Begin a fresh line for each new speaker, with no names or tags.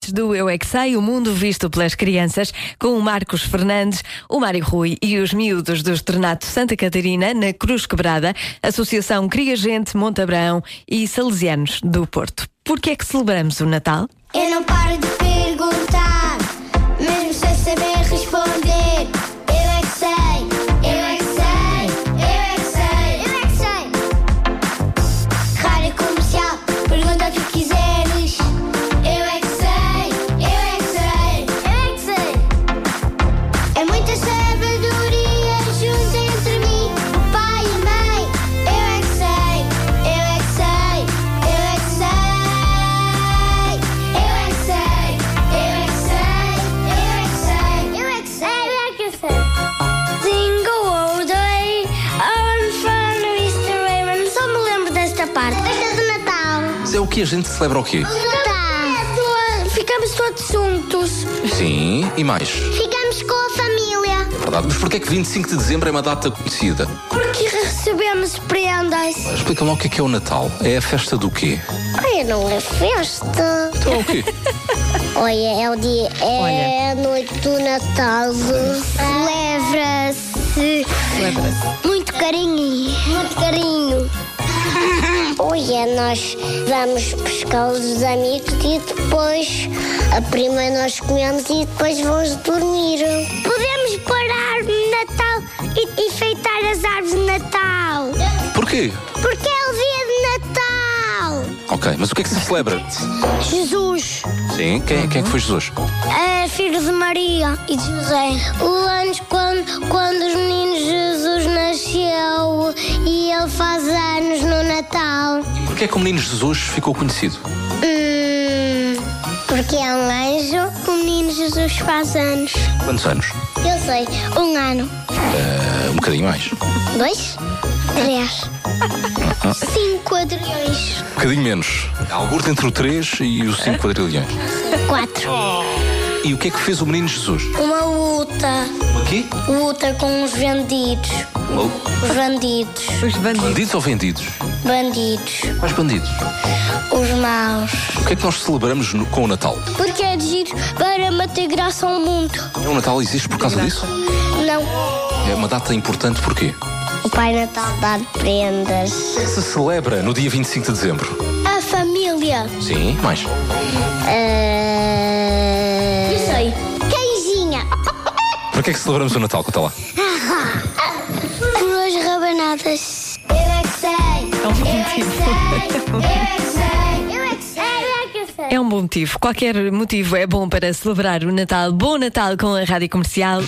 ouvintes do Eu é que Sei, o mundo visto pelas crianças, com o Marcos Fernandes, o Mário Rui e os miúdos do Estrenato Santa Catarina, na Cruz Quebrada, Associação Cria Gente, Montabrão e Salesianos do Porto. Por que é que celebramos o Natal?
Eu não paro de perguntar, mesmo sem saber responder. Eu é que sei, eu é que sei, eu é que sei, eu é que sei. Rádio comercial, pergunta o que quiseres. Eu é eu é que sei, eu é que sei. É muita sabedoria junto entre mim, o pai e a mãe. Eu é que sei, eu é que sei, eu é que sei. Eu é que sei, eu é que sei, eu é que sei. Eu é que sei, eu é que sei. Jingle all day, on fun, Mr. Raymond. Só me lembro desta parte. Festa do Natal.
Mas é o que a gente celebra o quê?
Natal. Ficamos todos juntos.
Sim, e mais.
Ficamos com a família.
Verdade. Mas porquê é que 25 de dezembro é uma data conhecida?
Porque recebemos prendas.
Explica-me lá o que é que é o Natal. É a festa do quê?
Olha, não é festa.
Então é o quê?
Olha, é o dia. É a noite do Natal. Celebra-se. Muito carinho. Muito carinho. Olha, nós vamos pescar os amigos e depois a prima nós comemos e depois vamos dormir. Podemos pôr a árvore de Natal e enfeitar as árvores de Natal.
Porquê?
Porque é o dia de Natal.
Ok, mas o que é que se celebra?
Jesus,
Sim, quem, quem é que foi Jesus?
é filho de Maria e de José. O anos quando, quando os meninos Jesus nasceu e ele faz anos no Natal.
Porquê é que o menino Jesus ficou conhecido?
Hum, porque é um anjo. O menino Jesus faz anos.
Quantos anos?
Eu sei, um ano.
Eh, um bocadinho mais.
Dois? Três. Cinco quadrilhões.
Um bocadinho menos. Alguns entre o 3 e o 5 quadrilhões.
Quatro.
E o que é que fez o menino Jesus?
Uma luta.
Aqui?
Luta com os bandidos.
Oh,
Os bandidos.
Os bandidos.
Bandidos ou vendidos?
Bandidos.
Quais bandidos?
Os maus.
O que é que nós celebramos no- com o Natal?
Porque é de giro para manter graça ao mundo.
É, O Natal existe por causa disso?
Não.
É uma data importante porquê?
O Pai Natal dá prendas.
que se celebra no dia 25 de dezembro?
A família.
Sim, mais.
Eu sei. eh, Queijinha.
Para que é que celebramos o Natal, Conta lá?
Por as rabanadas. Eu é que sei.
um motivo.
Eu é que sei. Eu é que sei. Eu é que sei.
É um bom motivo. Qualquer motivo é bom para celebrar o Natal. Bom Natal com a Rádio Comercial.